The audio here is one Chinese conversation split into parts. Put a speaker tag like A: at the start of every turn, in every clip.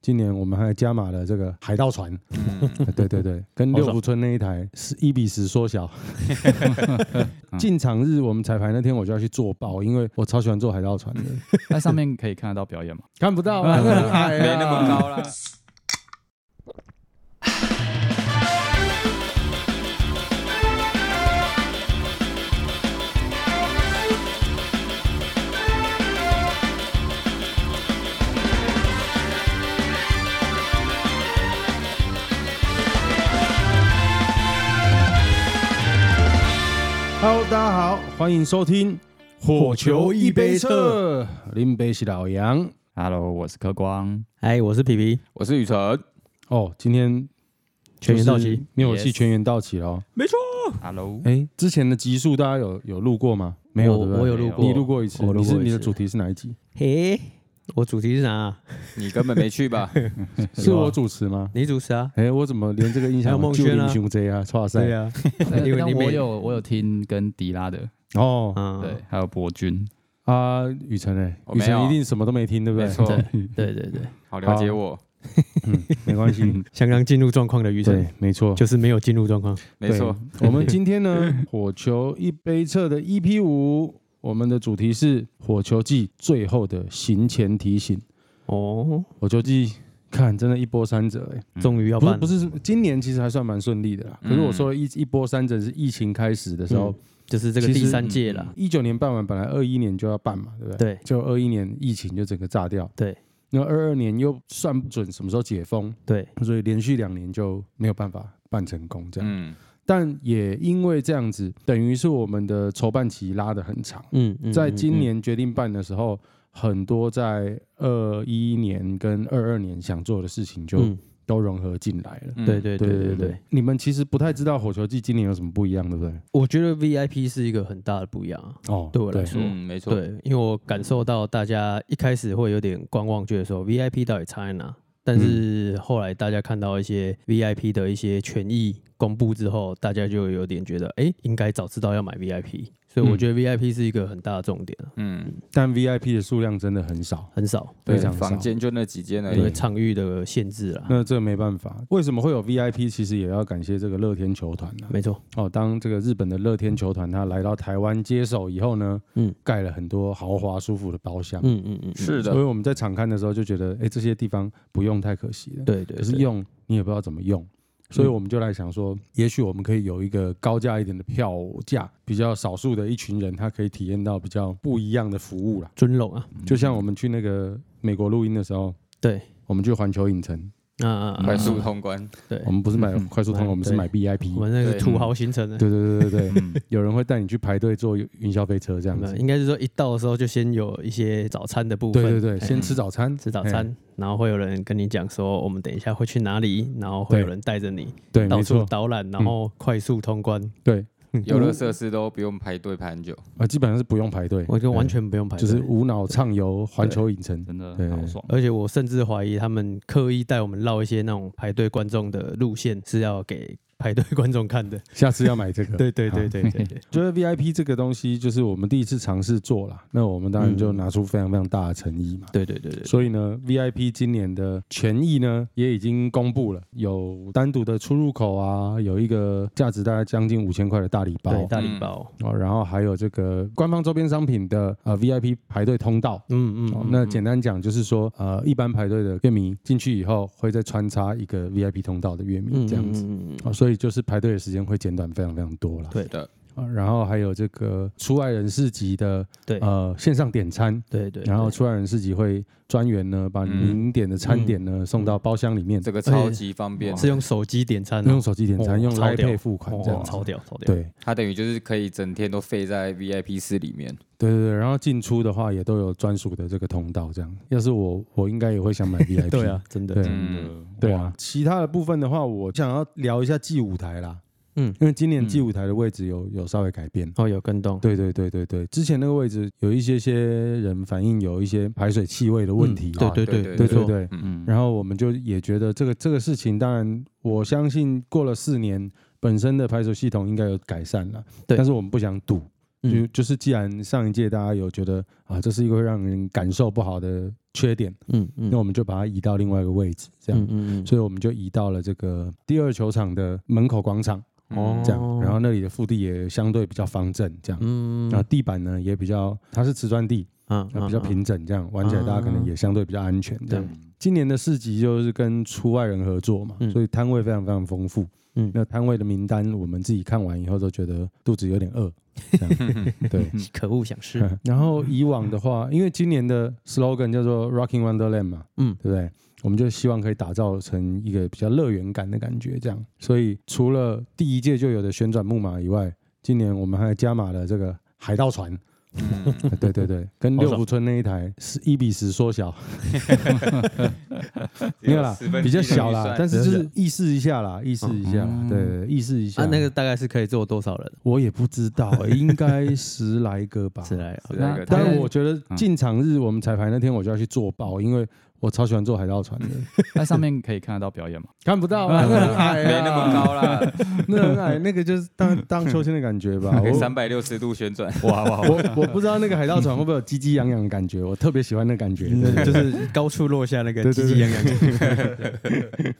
A: 今年我们还加码了这个海盗船， 对对对，跟六福村那一台是一比十缩小。进场日我们彩排那天我就要去做爆，因为我超喜欢坐海盗船的，
B: 那上面可以看得到表演 吗？
A: 看不到啊，那很矮啊
C: 没那么高啦。
A: Hello，大家好，欢迎收听《火球一杯测》，林北是老杨。
B: Hello，我是柯光，
C: 哎，我是皮皮，
D: 我是雨辰，
A: 哦，今天
C: 全员到齐，
A: 灭火器
B: Yes
A: 全员到齐喽。
C: 没错。
B: Hello，
A: 哎，之前的集数大家有有录过吗？没有，
C: 我
A: 对不对
C: 我有录过，
A: 你录过一次，
C: 我录
A: 你是
C: 过一
A: 你的
C: 次
A: 主题是哪一集？
C: 嘿，我主题是啥啊？
D: 你根本没 去吧？
A: 是我主持吗？
C: 你主持啊？
A: 哎，我怎么连这个印
C: 还
A: 象
C: 有孟
A: 就
C: 轩
A: 林
C: 啊
A: 熊贼啊，哇塞！
C: 对啊，
B: 但
C: 因为你没
B: 我有我有听跟迪拉的，
A: 哦
C: 嗯，
B: 对，还有博君，
A: 啊，雨辰哎，
D: 我
A: 雨
D: 没
A: 辰
D: 有
A: 一定什么都没听，对不对
D: 没？错，
C: 对对对，
D: 好了解我，
A: 没关系，
C: 像刚进入状况的余
A: 嗯对
C: 晨，，
A: 没错，
C: 就是没有进入状况。
D: 没错，
A: 对。我们今天呢，火球一杯测的 EP 五，我们的主题是火球季最后的行前提醒。
C: 哦，
A: 火球季看真的，一波三折哎、
C: 终于要
A: 不是
C: 办，
A: 不
C: 嗯是，
A: 是，今年其实还算蛮顺利的啦。可是我说一一波三折是疫情开始的时候，
C: 就是这个
A: 其实
C: 第三届了。
A: 一九年办完，本来二一年就要办嘛，对不对？
C: 嗯对
A: 就二一年疫情就整个炸掉。
C: 对。
A: 那二二年又算不准什么时候解封，
C: 对，
A: 所以连续两年就没有办法办成功这样。
D: 嗯，
A: 但也因为这样子，等于是我们的筹办期拉得很长。
C: 嗯，嗯
A: 在今，年决定办的时候，很多在二一年跟二二年想做的事情
C: 嗯
A: 就
C: 嗯
A: 都融合进来了。
C: 嗯
D: 嗯
C: 对，对
A: 对
C: 对
A: 对
C: 对
A: 对
C: 对，，
A: 你们其实不太知道火球季今年有什么不一样，对不对？
C: 我觉得 VIP 是一个很大的不一样啊。
A: 哦
C: 对我来说
D: 嗯，没错，
C: 对，因为我感受到大家一开始会有点观望，觉得说 VIP 到底差在哪？但是后来大家看到一些 VIP 的一些权益公布之后，大家就有点觉得，哎、应该早知道要买 VIP。所以我觉得 VIP 是一个很大的重点啊、
D: 嗯，
A: 但 VIP 的数量真的很少，
C: 很少
A: 非
D: 对，
A: 常少
D: 房。间就那几间而
C: 因为
D: 已，
C: 场域的限制啦。
A: 那这没办法，为什么会有 VIP？其实也要感谢这个乐天球团呢、
C: 没错，
A: 哦，当这个日本的乐天球团他来到台湾接手以后呢，嗯
C: 嗯，
A: 盖了很多豪华舒服的包厢，
C: 嗯嗯嗯，
D: 是
A: 所以
D: 的，
A: 我们在场看的时候就觉得，哎，这些地方不用太可惜了。
C: 对对嗯
A: 可是
C: 对
A: 用你也不知道怎么用，所以我们就来想说，也许我们可以有一个高价一点的票价，比较少数的一群人，他可以体验到比较不一样的服务啦。
C: 尊龙啊，
A: 就像我们去那个美国录音的时候，
C: 对，
A: 我们去环球影城，
C: 啊啊啊，
A: 嗯
D: 快速
C: 啊
D: 通关，
C: 对
A: 我，们不是买快速通，
C: 嗯
A: 我们是
C: 对
A: 买 VIP
C: 我。们那个
D: 对
C: 土豪行程呢，
A: 对对对对对，
B: 嗯，
A: 有人会带你去排队坐云霄飞车这样
C: 没有
A: 子。
C: 应该是说一到的时候就先有一些早餐的部分，哎
A: 对对对，先吃早餐，哎
C: 吃早餐，然后会有人跟你讲说我们等一下会去哪里，然后会有人带着你
A: 哎，对，
C: 到
A: 没
C: 处
A: 错，嗯
C: 导览，然后快速通关。
A: 对，
D: 游乐设施都不用排队排很久，
A: 啊，基本上是不用排队，
C: 我就完全不用排
A: 哎
C: 队，
A: 就是无脑畅游环球影城。
B: 真的
A: 对
B: 好爽，
C: 而且我甚至怀疑他们刻意带我们绕一些那种排队观众的路线，是要给排队观众看的。
A: 下次要买这个。
C: 对对对对对对，
A: 觉得 VIP 这个东西就是我们第一次尝试做啦，那我们当然就拿出非常非常大的诚意嘛。
C: 对对对嗯对，
A: 所以呢，VIP 今年的权益呢也已经公布了，有单独的出入口啊，有一个价值大概将近五千块的大礼包
C: 对大
D: 嗯
C: 礼包，
A: 哦，然后还有这个官方周边商品的呃 VIP 排队通道。
C: 嗯
A: 哦
C: 嗯，
A: 那简单讲就是说，呃，一般排队的乐迷进去以后，会再穿插一个 VIP 通道的乐迷
C: 嗯
A: 这样子，
C: 嗯嗯嗯
A: 哦，所以就是排队的时间会减短非常非常多啦。
C: 对
D: 的，
A: 啊，然后还有这个出外人士级的
C: 对
A: 呃线上点餐，
C: 对对，
A: 然后
C: 对
A: 出外人士级会专员呢把
D: 嗯
A: 您点的餐点呢送
C: 嗯
A: 到包厢里面，
D: 这个超级方便，
C: 是用手机点餐哦，
A: 用手机点餐，
C: 哦
A: 用
C: 超
A: Line
C: 屌
A: Pay 付款这样
C: 哦
A: 子。
C: 超屌超屌，
A: 对
D: 它等于就是可以整天都废在 VIP 室里面，
A: 对对对，然后进出的话也都有专属的这个通道，这样。要是我，我应该也会想买 VIP。
C: 对啊，，真的
A: 对
C: 真的
D: 嗯，
A: 对啊。其他的部分的话，我想要聊一下祭舞台啦，
C: 嗯，
A: 因为今年祭舞台的位置有有稍微改变。
C: 哦有跟动，
A: 对对对对对，之前那个位置有一些些人反映有一些排水气味的问
C: 嗯
A: 题啊，
C: 对
D: 啊
C: 对
D: 对
C: 对
A: 对
C: 没
A: 对
C: 错
A: 对。
B: 嗯，
A: 然后我们就也觉得这个这个事情，当然我相信过了四年，本身的排水系统应该有改善了，
C: 对
A: 但是我们不想赌，
C: 嗯
A: 就就是既然上一届大家有觉得啊，这是一个会让人感受不好的缺点，
C: 嗯嗯
A: 那我们就把它移到另外一个位置，这样，
C: 嗯
A: 所以我们就移到了这个第二球场的门口广场，
C: 哦
A: 这样，然后那里的腹地也相对比较方正，这样。
C: 嗯
A: 然后地板呢也比较，它是瓷砖地，
C: 啊
A: 那比较平整，这样玩起来大家可能也相对比较安全。这样，
C: 对
A: 今年的市集就是跟出外人合作嘛
C: 嗯，
A: 所以摊位非常非常丰富。
C: 嗯
A: 那摊位的名单我们自己看完以后都觉得肚子有点饿，这 样对。
C: 可恶想吃，啊
A: 然后以往的话，因为今年的 slogan 叫做 Rocking Wonderland 嘛，
C: 嗯
A: 对不对？我们就希望可以打造成一个比较乐园感的感觉，这样。所以除了第一届就有的旋转木马以外，今年我们还加码了这个海盗船。 对对对，跟
C: 好爽
A: 六福村那一台是一比十缩小，没有啦，比较小啦，但是就是意识一下啦，意识一下啦，
B: 嗯
A: 对对，对意识一下。
C: 啊，那个大概是可以坐多少人？
A: 我也不知道、 应该十来个吧。
C: 是来啊
D: 是嗯那个
A: 但
B: 大概
A: 我觉得进场日我们彩排那天我就要去做爆，因为我超喜欢坐海盗船的，
B: 那上面可以看得到表演吗？
A: 看不到 啊，那很矮、啊，
D: 没那么，高啦，
A: 那很矮，那个就是当当秋千的感觉吧。
D: 可以
A: 我
D: 三百六十度旋转，
B: 哇哇，
A: 我我不知道那个海盗船会不会有鸡鸡痒痒的感觉，我特别喜欢那感 觉。对对
C: 就是高处落下那个
A: 对
C: 鸡
A: 对
C: 鸡
A: 啊对
C: 痒痒的。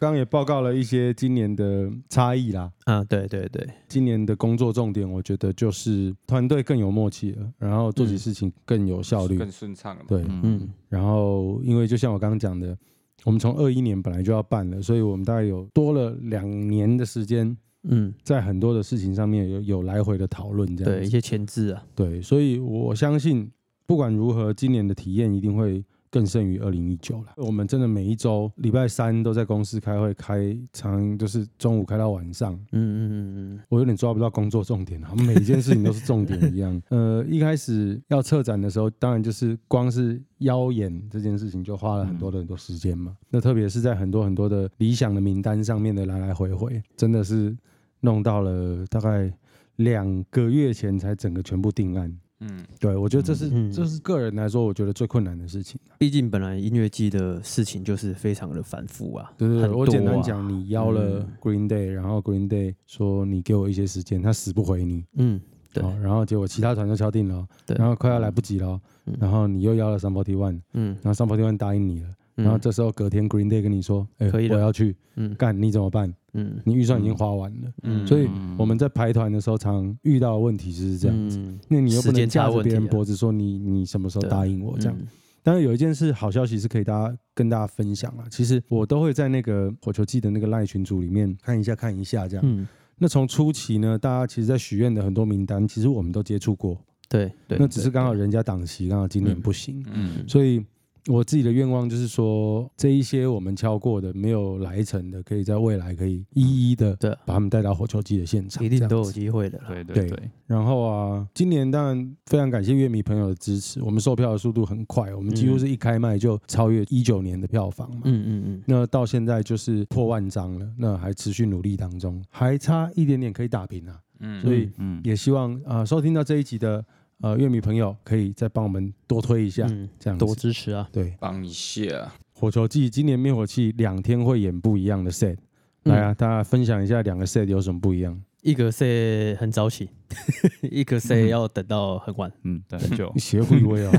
A: 刚刚也报告了一些今年的差异啦，
C: 啊，对对对，
A: 今年的工作重点我觉得就是团队更有默契了，然后做起事情更有效率。
D: 更顺畅了嘛。
A: 对，
B: 嗯，
C: 嗯
A: 然后因为就像我刚刚讲的，我们从二一年本来就要办了，所以我们大概有多了两年的时间，
C: 嗯，
A: 在很多的事情上面有有来回的讨论，这样
C: 对，一
A: 子
C: 些前置啊，
A: 对所以我相信不管如何，今年的体验一定会更胜于二零一九了。我们真的每一周礼拜三都在公司开会，开常就是中午开到晚上，
C: 嗯嗯嗯嗯
A: 我有点抓不到工作重点了，每一件事情都是重点一样。 呃，一开始要策展的时候，当然就是光是邀演这件事情就花了很多
C: 嗯
A: 的很多时间嘛。那特别是在很多很多的理想的名单上面的来来回回，真的是弄到了大概两个月前才整个全部定案。
D: 嗯，
A: 对我觉得这是、
C: 嗯
A: 这是个人来说，我觉得最困难的事情。啊
C: 毕竟本来音乐季的事情就是非常的繁复啊，
A: 对对对，
C: 很
A: 我简
C: 多
A: 单
C: 啊，
A: 讲，你邀了
C: 嗯
A: Green Day，、然后 Green Day 说你给我一些时间，他死不回你。
C: 嗯，对，
A: 哦，然后结果其他团都敲定了哦，
C: 对
A: 然后快要来不及了哦，
C: 嗯
A: 然后你又邀了三 forty one，
C: 嗯，
A: 然后三 forty one 答应你了，
C: 嗯
A: 然后这时候隔天 Green Day 跟你说，哎，
C: 可以了
A: 我要去
C: 嗯
A: 干，你怎么办？
C: 嗯
A: 你预算已经花完了，
D: 嗯
A: 所以我们在排团的时候常遇到的问题就是这样子，
C: 嗯
A: 那你又不
C: 时
A: 能
C: 间差
A: 架着
C: 问题
A: 别人
C: 啊
A: 脖子说你你什么时候
C: 对
A: 答应我这样。
C: 嗯
A: 当然有一件事好消息是可以大家跟大家分享啊，其实我都会在那个火球季的那个赖群组里面看一下看一下这样。
C: 嗯，
A: 那从初期呢，大家其实在许愿的很多名单，其实我们都接触过，
C: 对对，
A: 那只是
C: 对
A: 刚好，人家档期，刚好今年不行，
D: 嗯，
A: 所以我自己的愿望就是说，这一些我们敲过的没有来成的，可以在未来可以一一的
C: 对
A: 把他们带到火球季的现场，
C: 一定
A: 这
C: 都
A: 样
C: 有
A: 子。
C: 机会的啦，
B: 对对
A: 对
B: 对，
A: 然后啊，今年当然非常感谢乐迷朋友的支持，我们售票的速度很快，我们几乎
C: 嗯
A: 是一开卖就超越一九年的票房嘛。
C: 嗯嗯
A: 那到现在就是破万张了，那还持续努力当中，还差一点点可以打平啊。
D: 嗯
A: 所以
B: 嗯，
A: 也希望啊、呃收听到这一集的呃乐迷朋友，可以再帮我们多推一下，
C: 嗯
A: 这样
C: 嗯，
A: 子
C: 多支持啊，
A: 对。
D: 帮一下，啊
A: 火球季今年灭火器两天会演不一样的 set，、来啊，大家分享一下两个 set 有什么不一样？
C: 一个 C 很早起， 一个
A: 嗯
C: C 要等到很晚。
B: 嗯，对，很久
A: 你，学会威哦，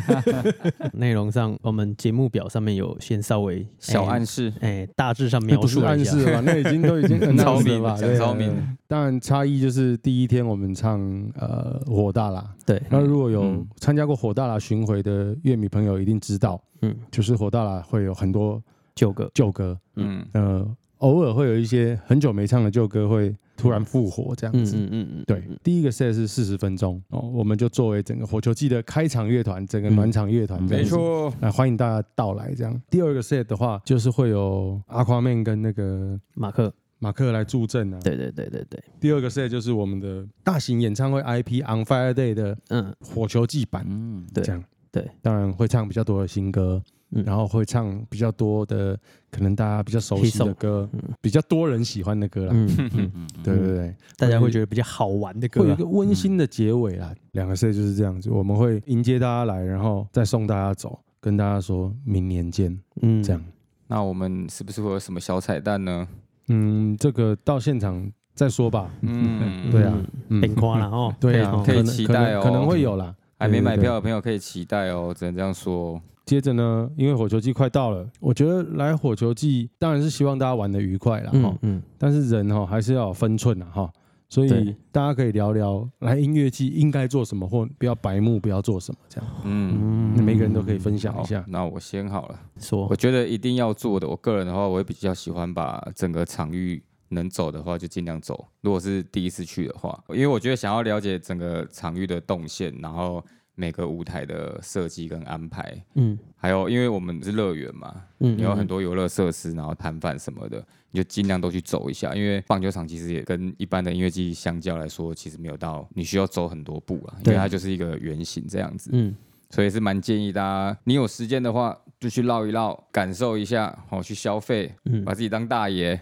C: 内容上，我们节目表上面有先稍微
D: 小
C: 哎
D: 暗示，
C: 哎，大致上
A: 那
C: 描
A: 不
C: 述
A: 是
C: 了
A: 暗
C: 一
A: 示哦
C: 下。
A: 了吧？那已经都已经 很
D: 超
A: 暗示了
D: 明
A: 吧？
D: 讲
A: 对
D: 超明。
A: 当然差异就是第一天我们唱呃火大啦，
C: 对，
A: 那如果有
B: 嗯
A: 参加过火大啦巡回的乐迷朋友一定知道，
C: 嗯，
A: 就是火大啦会有很多
C: 九个，
A: 旧歌，
D: 嗯，
A: 呃，偶尔会有一些很久没唱的旧歌会突然复活这样
C: 嗯
A: 子。
C: 嗯嗯嗯，
A: 对，第一个 set 是四十分钟哦，我们就作为整个火球季的开场乐团，整个暖场乐团，
B: 嗯
A: 这样
D: 没
A: 子，
D: 错，
A: 来欢迎大家到来这样。第二个 set 的话，就是会有阿夸面跟那个
C: 马克，
A: 马克来助阵啊。
C: 对对对对对，
A: 第二个 set 就是我们的大型演唱会 IP On Fire Day 的
C: 嗯
A: 火球季版，
B: 嗯，
C: 对
A: 这样。
C: 对，
A: 当然会唱比较多的新歌，
C: 嗯
A: 然后会唱比较多的可能大家比较熟悉
C: Hit
A: 的
C: song
A: 歌
C: 嗯，
A: 比较多人喜欢的歌啦。
C: 嗯，
B: 嗯嗯嗯，
A: 对对对，
C: 大家会觉得比较好玩的
A: 会有
C: 歌
A: 一
C: 啊，嗯
A: 个温馨的结尾啦。两个 set 就是这样子，我们会迎接大家来，然后再送大家走，跟大家说明年见，
C: 嗯，
A: 这样。
D: 那我们是不是会有什么小彩蛋呢？
A: 嗯，这个到现场再说吧。
D: 嗯，
A: 对啊，嗯，
C: 很夸了哦。
A: 对啊，
C: 吼
D: 可以
A: 能
D: 期待哦
A: 可能可能会有啦。
D: 还没买
A: 对对对
D: 票的朋友可以期待哦，只能这样说。
A: 接着呢，因为火球季快到了，我觉得来火球季当然是希望大家玩的愉快啦，哦哈、
C: 嗯嗯，
A: 但是人哈、还是要有分寸啊，哈。所以
C: 对
A: 大家可以聊聊来音乐季应该做什么，或不要白目，不要做什么，这样、
D: 嗯，
C: 嗯
A: 每个人都可以分享
D: 好
A: 一下，。
D: 那我先好了。
C: 说
D: 我觉得一定要做的，我个人的话，我会比较喜欢把整个场域能走的话就尽量走。如果是第一次去的话，因为我觉得想要了解整个场域的动线，然后每个舞台的设计跟安排，
C: 嗯
D: 还有因为我们是乐园嘛，
C: 嗯，
D: 你有很
C: 多
D: 多游乐设施，然后摊贩什么的，你就尽量都去走一下。因为棒球场其实也跟一般的音乐季相较来说，其实没有到你需要走很多步啊，因为
C: 对
D: 它就是一个圆形这样子。
C: 嗯
D: 所以是蛮建议大家，你有时间的话就去绕一绕，感受一下，好、去消费，
C: 嗯
D: 把，自己当大爷。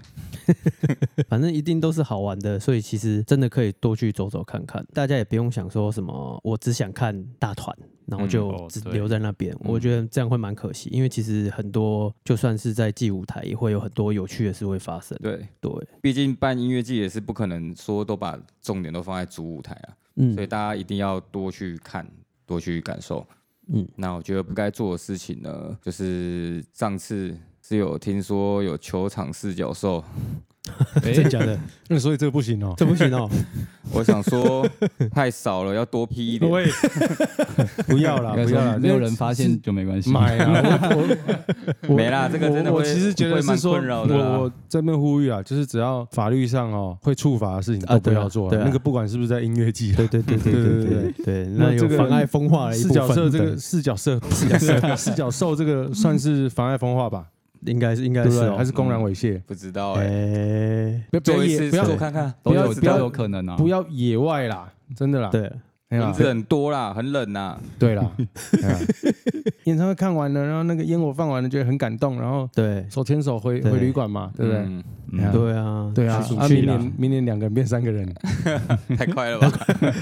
C: 反正一定都是好玩的，所以其实真的可以多去走走看看。大家也不用想说什么，我只想看大团，然后
B: 嗯
C: 就
B: 哦
C: 只
B: 对
C: 留在那边。我觉得这样会蛮可惜，因为其实很多就算是在祭舞台，也会有很多有趣的事会发生。
D: 对，
C: 对，
D: 毕竟办音乐季也是不可能说都把重点都放在主舞台啊，所以
C: 嗯
D: 大家一定要多去看，多去感受。
C: 嗯，
D: 那我觉得不该做的事情呢，就是上次是有听说有球场四角兽，
A: 真假的？那所以这个不行哦。
C: 这不行哦，
D: 我想 说太少了，要多批一点。
A: 喂， 不要啦，
B: 应
A: 不
B: 该
A: 要
B: 说
A: 啦，
B: 没有人发现就没关系。
A: 买啊！我 我我
D: 没啦这个真的
A: 我我
D: 会
A: 其实觉得
D: 会
A: 是
D: 蛮
A: 说，
D: 困扰的啦
A: 我我这边呼吁啊，就是只要法律上哦会处罚的事情
C: 啊
A: 都不
C: 对啊
A: 要做啊，
C: 对啊
A: 那个不管是不是在音乐 季啊，
C: 对对对对对
A: 对对
C: 对对，
A: 那
C: 那有
A: 这个
C: 妨碍风化的一
A: 四
C: 部
A: 角兽
C: 分，
A: 这个四角 兽四角兽四角兽这个算是妨碍风化吧，
C: 应该是应该
A: 对不
C: 是
A: 对？
C: 哦
A: 还是公然猥亵？
D: 不知道哎、
C: 哎，
A: 不要不
D: 做
A: 要
D: 一
A: 野
D: 次
A: 不要
D: 做看看，
B: 都
A: 不要
B: 有
A: 不要
B: 都有可能啊。
A: 不要野外啦，真的啦，
C: 对，
A: 哎呀
D: 蚊子很多啦，很冷呐、
A: 对啦，哎呀演唱会看完了，然后那个烟火放完了，觉得很感动，然后
C: 对
A: 手牵手回
C: 对
A: 回旅馆嘛，对不对？
D: 嗯
A: 哎呀
C: 对啊，
A: 对啊，
C: 去
A: 啊，
C: 去
A: 明
C: 啦
A: 年明年两个人变三个人，
D: 太快了吧？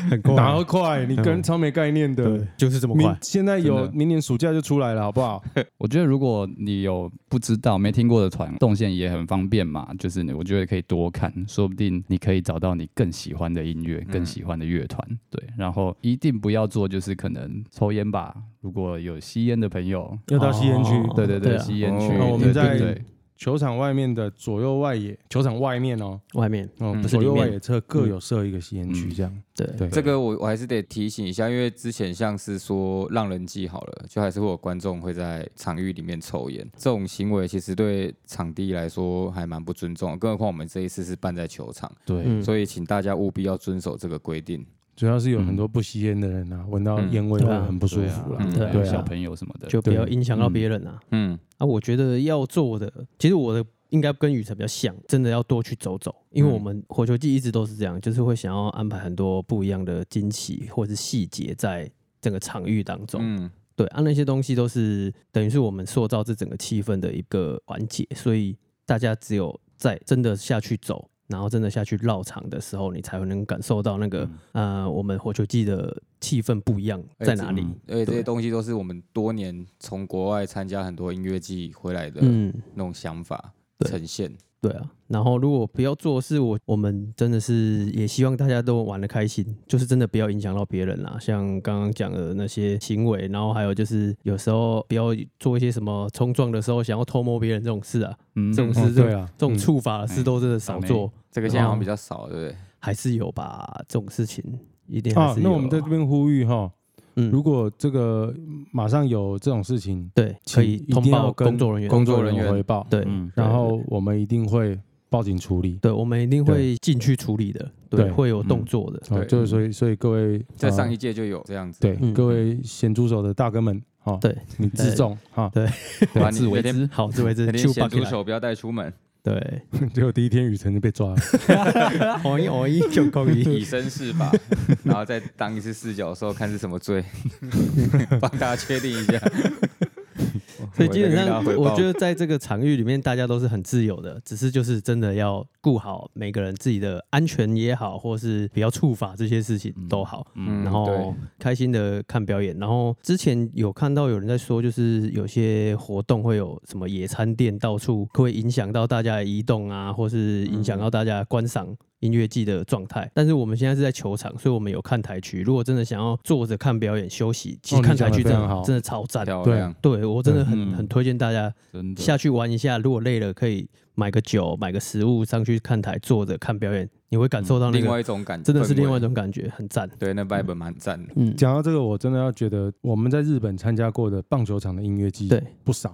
C: 很快
A: 哪会快？你跟超没概念的
C: 对。，就是这么
A: 明
C: 快，
A: 现在有
B: 真的
A: 明年暑假就出来了，好不好？
B: 我觉得如果你有不知道、没听过的团，动线也很方便嘛。就是你我觉得可以多看，说不定你可以找到你更喜欢的音乐、更喜欢的乐团。对，然后一定不要做就是可能抽烟吧。如果有吸烟的朋友，
A: 又到吸烟区，
C: 哦
B: 对对
C: 对
B: 对，
C: 啊
B: 吸烟区，
D: 哦
B: 对
D: 我
A: 们
B: 对
A: 在
B: 对
A: 球场外面的左右外野，球场外面哦，
C: 外面
A: 哦，
D: 嗯
A: 左右
C: 不是里
A: 外
C: 面
A: 野侧各有设一个吸烟区，
B: 嗯
A: 这样。
C: 对
A: 对，
D: 这个我我还是得提醒一下，因为之前像是说让人记好了，就还是会有观众会在场域里面抽烟，这种行为其实对场地来说还蛮不尊重的，更何况我们这一次是办在球场，
B: 对
C: 嗯
D: 所以请大家务必要遵守这个规定。
A: 主要是有很多不吸烟的人啊，闻到
D: 嗯
A: 烟味
C: 对
A: 会
C: 啊
A: 很不舒
B: 对
A: 服
B: 啊
A: 啦。
D: 嗯
C: 对啊
B: 还有小朋友什么的，
C: 就不要影响到别人啊。
D: 嗯，
C: 啊，我觉得要做的，其实我的应该跟雨辰比较像，真的要多去走走，因为
D: 嗯
C: 我们火球季一直都是这样，就是会想要安排很多不一样的惊喜或者是细节在整个场域当中。
D: 嗯
C: 对，啊，那些东西都是等于是我们塑造这整个气氛的一个环节，所以大家只有在真的下去走，然后真的下去绕场的时候，你才能感受到那个、呃，我们火球季的气氛不一样
D: 嗯哎
C: 在
D: 这
C: 哪里。
D: 而且这些东西都是我们多年从国外参加很多音乐季回来的
C: 嗯，
D: 那种想法
C: 对
D: 呈现。
C: 对啊，然后如果不要做的是我我们真的是也希望大家都玩的开心，就是真的不要影响到别人啦。像刚刚讲的那些行为，然后还有就是有时候不要做一些什么冲撞的时候想要偷摸别人这种事啊，
B: 嗯
C: 这种
A: 哦
C: 事
A: 对啊，
C: 这种
A: 嗯
C: 触法的事都真的少做，
D: 这个现在好像比较少，对不对？
C: 还是有吧。这种事情一定还
A: 啊，
C: 是有
A: 那
C: 啊。
A: 我们在这边呼吁哈，
C: 嗯，
A: 如果这个马上有这种事情，
C: 对
A: 请
C: 可以
A: 一
C: 通
A: 定要
C: 报
A: 跟
C: 工作人员，
A: 工作人
D: 工作人
A: 员
D: 员
A: 汇报，
C: 对，
B: 嗯
A: 然
C: 对
A: 后我们一定会报警处理。
C: 对我们一定会进去处理的，
A: 对
C: 对，会有动
B: 嗯
C: 作的，
A: 哦，
D: 对
A: 就是所以所以各位
D: 在
A: 呃
D: 上一届就有这样子，
A: 对
C: 嗯
A: 各位咸猪手的大哥们，哈，
C: 对
A: 你自重哈，
D: 把
B: 自
D: 你
B: 为
D: 每天
B: 之。
C: 好，这位置
D: 每天
C: 就
D: 咸
C: 把
D: 猪手不要带出门，
C: 对，
A: 结果第一天雨辰就被抓了，
C: 哦一哦一就可以。
D: 以身试 法，然后再当一次视角的时候看是什么罪， 帮大家确定一 下。
C: 所以基本
D: 我
C: 上，
D: 再跟大家汇
C: 我
D: 报
C: 觉得在这个场域里面，大家都是很自由的，只是就是真的要顾好每个人自己的安全也好，或是不要触法这些事情都好。
D: 嗯
C: 然
D: 对
C: 后开心的看表演，然后之前有看到有人在说，就是有些活动会有什么野餐店到处会影响到大家的移动啊，或是影响到大家观赏音乐季的状态。但是我们现在是在球场，所以我们有看台区。如果真的想要坐着看表演休息，其实
A: 哦
C: 看
A: 你讲得
C: 台区真
A: 非常
C: 的
A: 好
C: 真的超赞。
D: 漂
A: 对
D: 亮，
C: 对我真的很
B: 嗯
C: 很推荐大家
B: 真的
C: 下去玩一下，如果累了可以买个酒、买个食物上去看台坐着看表演，你会感受到那
D: 嗯另
C: 个
D: 外一种感觉，
C: 真的是
D: 氛围
C: 另外一种感觉，很赞。
D: 对，那 vibe 蛮赞的。
C: 嗯，
A: 讲到这个，我真的要觉得我们在日本参加过的棒球场的音乐季
C: 对
A: 不少，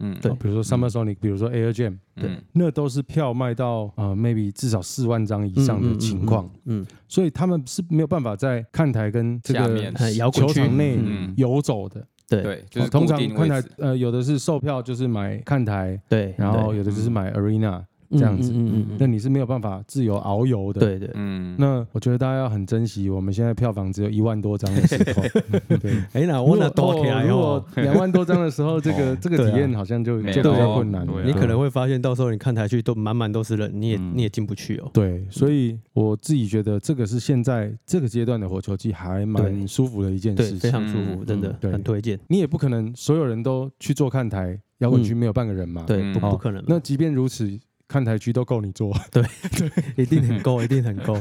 D: 嗯，
C: 对
A: 哦比如说 Summer Sonic，比如说 Air Jam，
D: 嗯，
A: 那都是票卖到呃 maybe 至少四万张以上的情况，
C: 嗯，
A: 所以他们是没有办法在看台跟这
D: 下
A: 个
D: 面
C: 嗯，摇滚
A: 球
C: 区
A: 场内
D: 嗯
A: 游走的。
C: 对
D: 对，就是
A: 哦通常
D: 固定
A: 看
D: 位
A: 台
D: 置，
A: 呃有的是售票就是买看台，
C: 对，
A: 然后
C: 对
A: 有的就是
D: 嗯
A: 买 arena，这样子
C: 嗯嗯嗯嗯嗯
A: 那你是没有办法自由遨游的。
C: 对对，
D: 嗯，
A: 那我觉得大家要很珍惜，我们现在票房只有一万多张的时候， 对，
C: 哎那我那
A: 如果
C: 多起来
A: 如
C: 哦
A: 果，两万多张的时 候，这个
B: 哦
A: 这个
C: 对啊
A: 体验好像就
D: 没
A: 就比
D: 有
A: 较困难
B: 对
A: 了。
B: 啊
C: 你可能会发现到时候你看台去都满满都是人，你也
B: 嗯
C: 你也进不去哦。
A: 对，所以我自己觉得这个是现在这个阶段的火球季还蛮
C: 对
A: 舒服的一件
C: 对，
A: 事情。
C: 非常舒服，
D: 嗯
C: 真的
A: 嗯对
C: 很推荐。
A: 你也不可能所有人都去做看台，摇滚区没有半个人嘛。
C: 对，
D: 嗯
C: 不
A: 哦
C: 不可能嘛，
A: 那即便如此，看台区都够你做。
C: 一定 很够，一定很够。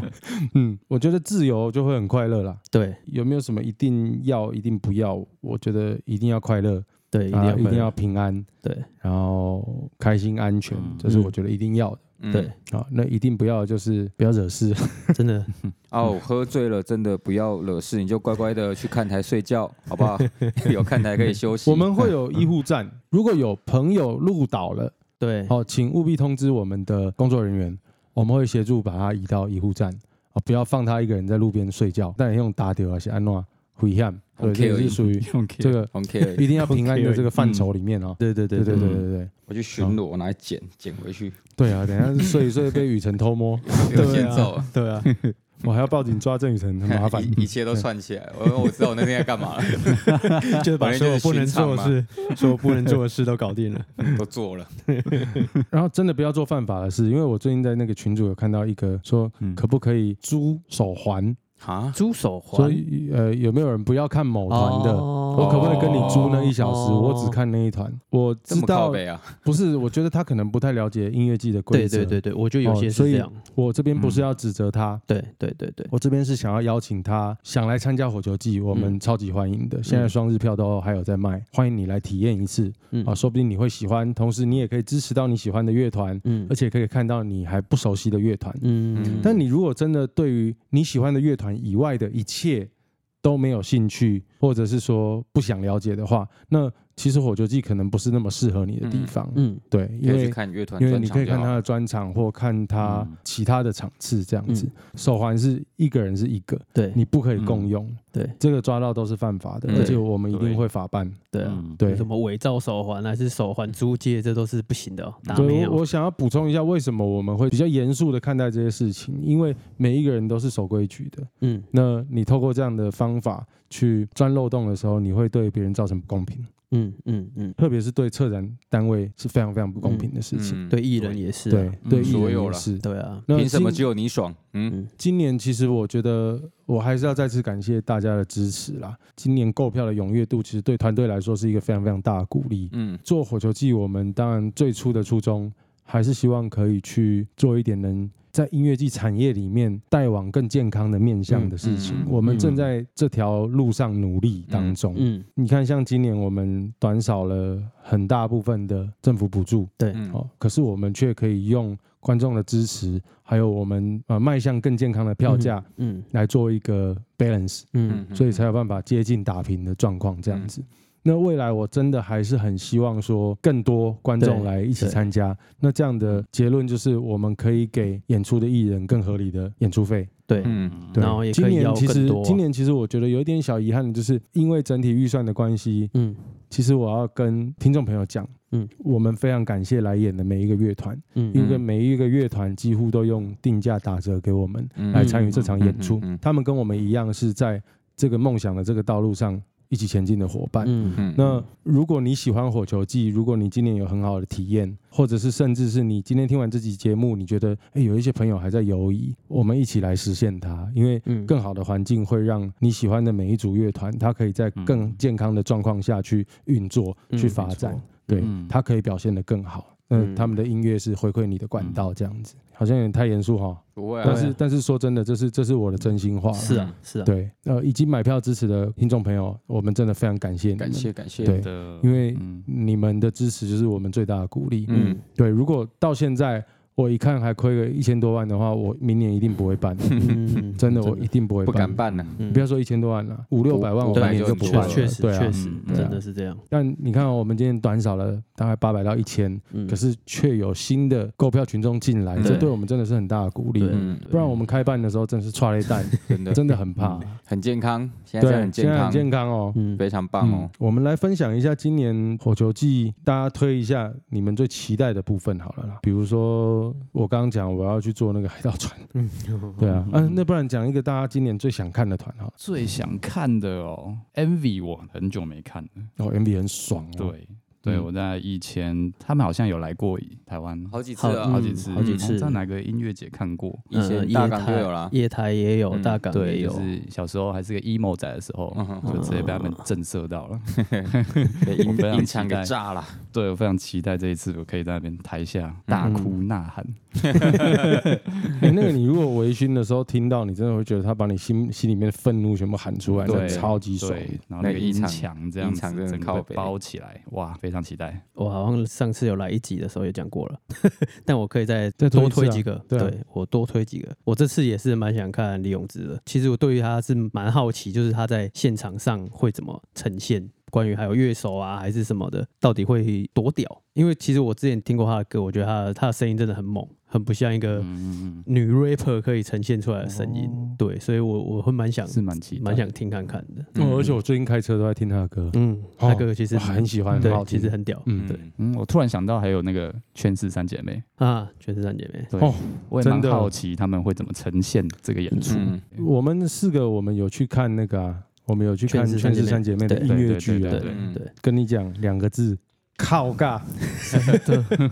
A: 嗯， 我觉得自由就会很快乐啦。
C: 对
A: 有没有什么一定要、一定不要？我觉得一定要快乐，
C: 对，一定
A: 啊
C: 要
A: 一定
C: 会
A: 要平安，
C: 对
A: 然后开心、安全，
B: 嗯
A: 这是我觉得一定要的。
D: 嗯
C: 对，
A: 啊，那一定不要就是不要惹事，
C: 真的
A: 嗯
D: 哦，喝醉了真的不要惹事，你就乖乖的去看台睡觉，好不好？ 有看台可以休 息。
A: 我们会有医护站，如果有朋友入岛了，
C: 对
A: 哦，请务必通知我们的工作人员，我们会协助把他移到医护站，哦，不要放他一个人在路边睡觉，但用打丢啊，是安诺危险，对，
D: Okay
A: 这个是属于
B: 用
A: 这
B: care
A: 个
D: OK，
A: 一定要平安的这个范畴里面哦。
C: 对对对
A: 对对对
B: 嗯
A: 对对对
D: 我去巡逻，拿来捡捡回去，
A: 对啊！等一下睡一睡被雨辰偷摸，
D: 有 欠揍。
C: 对啊，
A: 我还要报警抓郑雨辰，很麻烦。
D: 一一切都串起来。我我知道我那天在干嘛了，
C: 啊 就是把
D: 反正
C: 所有
D: 就是
C: 不能
D: 寻常
C: 做的
D: 嘛
C: 事，所有不能做的事都搞定 了。
D: 都做了。
A: 然后真的不要做犯法的事，因为我最近在那个群组有看到一个说，
B: 嗯
A: 可不可以租手环？
D: 哈，
C: 猪手
A: 所以呃，有没有人不要看某团的？我可不可以跟你租那一小时？
C: 哦
A: 我只看那一团。我
D: 这
A: 知
D: 么靠
A: 道
D: 北啊？
A: 不是，我觉得他可能不太了解音乐季的规
C: 对
A: 则。
C: 对嗯对对，我觉得有些
A: 哦所
C: 是
A: 以
C: 这样。
A: 我这边不是要指责他，
C: 对对对对，
A: 我这边是想要邀请他想来参加火球季，我们
C: 嗯
A: 超级欢迎的。现在双日票都还有在卖，欢迎你来体验一次
C: 嗯
A: 啊，说不定你会喜欢，同时你也可以支持到你喜欢的乐团，
C: 嗯
A: 而且可以看到你还不熟悉的乐团。
C: 嗯，
A: 但你如果真的对于你喜欢的乐团以外的一切都没有兴趣，或者是说不想了解的话，那其实火球季可能不是那么适合你的地方。
C: 嗯
A: 对，因
D: 可以去
A: 为
D: 看乐团
A: 因为
D: 专
A: 你
D: 场
A: 可以
D: 就
A: 看
D: 好
A: 他的专场或看他
B: 嗯
A: 其他的场次这样子。
C: 嗯
A: 手环是一个人是一个，
C: 对
A: 你不可以共用。
C: 对
A: 这个抓到都是犯法的，
D: 嗯
A: 而且我们一定
B: 对
A: 会法办。
C: 对啊。
B: 嗯
A: 对
C: 什，么伪造手环还是手环租借，这都是不行的哦，
D: 啊
C: 打没
A: 对，我
C: 有
A: 我。想要补充一下，为什么我们会比较严肃的看待这些事情？因为每一个人都是守规矩的，
C: 嗯，
A: 那你透过这样的方法去钻漏洞的时候，你会对别人造成不公平，
C: 嗯嗯嗯，
A: 特别是对策展单位是非常非常不公平的事情。
D: 嗯
C: 对，艺人也是啊，
A: 对、对，
B: 嗯
A: 艺人
D: 所有
A: 也
D: 啦
A: 是。
C: 对啊，
A: 那
D: 凭什么
A: 今
D: 只有你爽？嗯，
C: 嗯
A: 今年其实我觉得我还是要再次感谢大家的支持啦。今年购票的踊跃度，其实对团队来说是一个非常非常大的鼓励。
D: 嗯
A: 做火球季，我们当然最初的初衷还是希望可以去做一点能在音乐季产业里面带往更健康的面向的事情。
D: 嗯嗯
A: 我们正在这条路上努力当中。
C: 嗯，
A: 你看，像今年我们短少了很大部分的政府补助，
C: 对，
D: 嗯，
A: 哦，可是我们却可以用观众的支持，还有我们呃迈向更健康的票价，
C: 嗯
A: 来做一个 balance，
C: 嗯
A: 所以才有办法接近打平的状况这样子。那未来我真的还是很希望说更多观众
C: 对
A: 来一起
C: 对
A: 参加。那这样的结论就是，我们可以给演出的艺人更合理的演出费。
C: 对，
D: 嗯
A: 对，
C: 然后也可以
A: 今年
C: 要
A: 其
C: 更
A: 实
C: 多
A: 今年其实我觉得有一点小遗憾的就是，因为整体预算的关系，
C: 嗯
A: 其实我要跟听众朋友讲，嗯
C: 嗯，
A: 我们非常感谢来演的每一个乐团。
C: 嗯
A: 因为每一个乐团几乎都用定价打折给我们
D: 嗯
A: 来参与这场演出
D: 嗯嗯嗯嗯，
A: 他们跟我们一样是在这个梦想的这个道路上一起前进的伙伴。
C: 嗯
D: 嗯
A: 那如果你喜欢火球季，如果你今年有很好的体验，或者是甚至是你今天听完这期节目，你觉得诶有一些朋友还在犹疑，我们一起来实现它，因为
C: 嗯
A: 更好的环境会让你喜欢的每一组乐团，它可以在更
B: 嗯
A: 健康的状况下去运作、
C: 嗯
A: 去发展
C: 没错，
A: 对
B: 嗯
A: 它可以表现得更好。嗯，他们的音乐是回馈你的管道，这样子，好像有点太严肃哈。
D: 不会啊
A: 但，是但是说真的，这是这是我的真心话啦。
C: 是啊，是啊，
A: 对，呃，已经买票支持的听众朋友，我们真的非常感谢你们，
D: 感谢感谢。
A: 对
B: 的，
A: 因为
B: 嗯
A: 你们的支持就是我们最大的鼓励。
D: 嗯
A: 嗯，对，如果到现在我一看还亏个一千多万的话，我明年一定不会办，真
C: 嗯，
A: 的，
D: 真的
A: 我一定不会
D: 不敢
A: 办。
D: 办了，
C: 嗯
A: 不要说一千多万了，五六百万
D: 不
A: 我
D: 不
A: 明年
D: 办
A: 就
D: 就
A: 不
D: 是
A: 办了。
C: 确实
A: 对
C: 确
A: 啊。
C: 实
B: 嗯
A: 对
C: 真
A: 啊
C: 的是这样。
A: 但你看哦，我们今天短少了大概八百到一千，
C: 嗯
A: 可是却有新的购票群众进来，
C: 对
A: 这对我们真的是很大的鼓励
C: 对。
D: 嗯，
A: 不然我们开办的时候真是踹了一蛋，
D: 真的
A: 真的很怕。
D: 很健康，现在
A: 对
D: 真的，
A: 现
D: 很健
A: 在很
D: 康，
A: 健康哦。
C: 嗯，
D: 非常
A: 嗯
D: 棒哦。，
A: 我们来分享一下今年火球季，大家推一下你们最期待的部分好了啦。比如说我刚刚讲我要去做那个海盗船，对啊，嗯、那不然讲一个大家今年最想看的团好了。
B: 最想看的哦，MV 我很久没看了。
A: 哦，MV 很爽哦，
B: 对，对
A: 嗯
B: 我在以前他们好像有来过台湾
D: 好几次
C: 好
D: 了，
B: 好
C: 嗯
B: 几次，
C: 好几
B: 嗯
C: 次
B: 在哪个音乐节看过？
D: 以
C: 呃
D: 前
C: 夜
D: 大港就
C: 台
D: 有啦。
C: 夜台也有，
D: 嗯
C: 大港也
B: 啊对，就
C: 有，
B: 是小时候还是个 emo 仔的时候，
D: 嗯哼
B: 就直接被他们震慑到了。
D: 被
B: 我
D: 音
B: 非常
D: 音场
B: 期待
D: 给炸了，
B: 对我非常期待这一次，我可以在那边台下大哭呐喊。
A: 诶欸那个你如果微醺的时候听到，你真的会觉得他把你心心里面的愤怒全部喊出来，那
B: 对，
A: 超级爽。
B: 对然后那
D: 那
B: 个
D: 音
B: 音
D: 场
B: 墙这样
D: 音
B: 子
D: 场真的
B: 整
D: 靠
B: 个被
D: 北
B: 包起来，哇，非常期待。
C: 我好像上次有来一集的时候也讲过了， 但我可以再
A: 再推一
C: 多
A: 次
C: 推
A: 啊
C: 几个。
A: 对啊
C: 我多推几个。我这次也是蛮想看李永芝的。其实我对于他是蛮好奇，就是他在现场上会怎么呈现，关于还有乐手啊还是什么的，到底会多屌？因为其实我之前听过他的歌，我觉得他的他的声音真的很猛，很不像一个
B: 嗯嗯
C: 女 rapper 可以呈现出来的声音。
B: 哦
C: 对，所以我我会蛮
B: 嗯，
C: 想
B: 是蛮期待，
C: 呃蛮想听看看的。
A: 哦，
B: 嗯
A: 而且我最近开车都在听他的歌，
C: 嗯，他歌其实
A: 哦我很喜欢，很好
C: 对，其
A: 听
C: 实。很屌。
A: 嗯，
D: 对，
B: 嗯，我突然想到还有那个《圈氏三姐妹》，
C: 啊，全是三姐妹。
B: 对，
A: 哦
B: 我也
A: 真
B: 蛮
A: 的
B: 好奇他们会怎么呈现这个演出。
D: 嗯，
A: 我们四个我们有去看那个啊，我们有去看《
C: 劝世
A: 劝
C: 三
A: 世三姐妹》的
C: 姐
A: 音
B: 妹
A: 乐
B: 对
A: 剧啊
B: 对，
C: 对
D: 嗯
C: 对，
A: 跟你讲两个字，靠尬， 真的，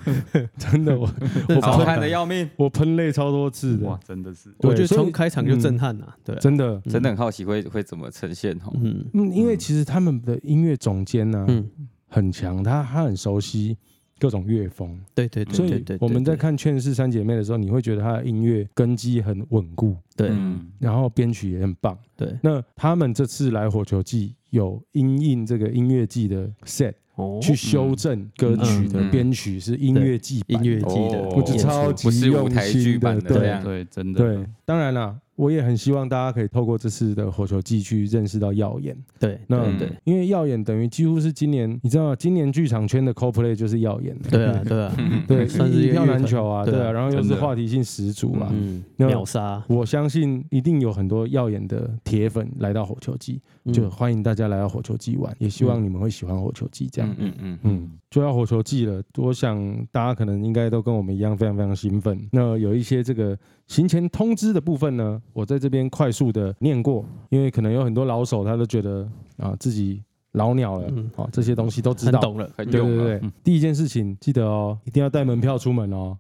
A: 真的，我
C: 那
D: 好
A: 喷
D: 看的要命，
A: 我喷泪超多次
B: 哇
A: 的，，
B: 真的是
A: 对
C: 我觉得
A: 所以
C: 从开场就震撼了，对啊，
A: 真的。
C: 嗯
D: 真的很好奇会会怎么呈现哦。
C: 嗯
A: 嗯，因为其实他们的音乐总监呢
C: 嗯，
A: 很强，他他很熟悉各种乐风，
C: 对对对，
A: 所
C: 嗯对
A: 以
C: 对对
A: 我们在
C: 对
A: 看《劝世三姐妹》的时候，你会觉得他的音乐根基很稳固，
C: 对
D: 嗯，
A: 然后编曲也很棒。
C: 对
A: 那他们这次来火球季有因应这个音乐季的 set
C: 哦
A: 去修正歌曲的
D: 嗯
A: 编曲是音乐季版
C: 音乐季的
D: 哦
A: 我觉得
C: 演出
A: 超级
D: 不是舞台剧版的
A: 用心的
D: 这
A: 对
D: 样，
B: 对，真的
A: 对，当然啦，我也很希望大家可以透过这次的火球季去认识到耀眼。
C: 对
A: 那
C: 对
D: 嗯
C: 对
A: 因为耀眼等于几乎是今年，你知道吗？今年剧场圈的 CoPlay 就是耀眼的，
C: 对啊 对啊，
A: 对，
C: 算是
A: 一
C: 一个
A: 票
C: 乐
A: 难
C: 团
A: 求啊，
C: 对啊
A: 对啊，然后又
B: 真
A: 是
B: 的
A: 话题性十足啊。
C: 嗯，
A: 那
C: 秒杀
A: 我相信一定有很多耀眼的铁粉来到火球季，
C: 嗯
A: 就欢迎大家来到火球季玩，也希望你们会喜欢火球季这样
D: 嗯。嗯嗯嗯，
A: 嗯，就要火球季了，我想大家可能应该都跟我们一样非常非常兴奋。那有一些这个行前通知的部分呢，我在这边快速的念过，因为可能有很多老手他都觉得啊自己老鸟了，
C: 嗯
A: 哦这些东西都知
C: 很
A: 道。
C: 懂啊了，
D: 很
A: 对
D: 勇
A: 对
D: 了，
A: 对，第一件事情记得哦，一定要带门票出门哦，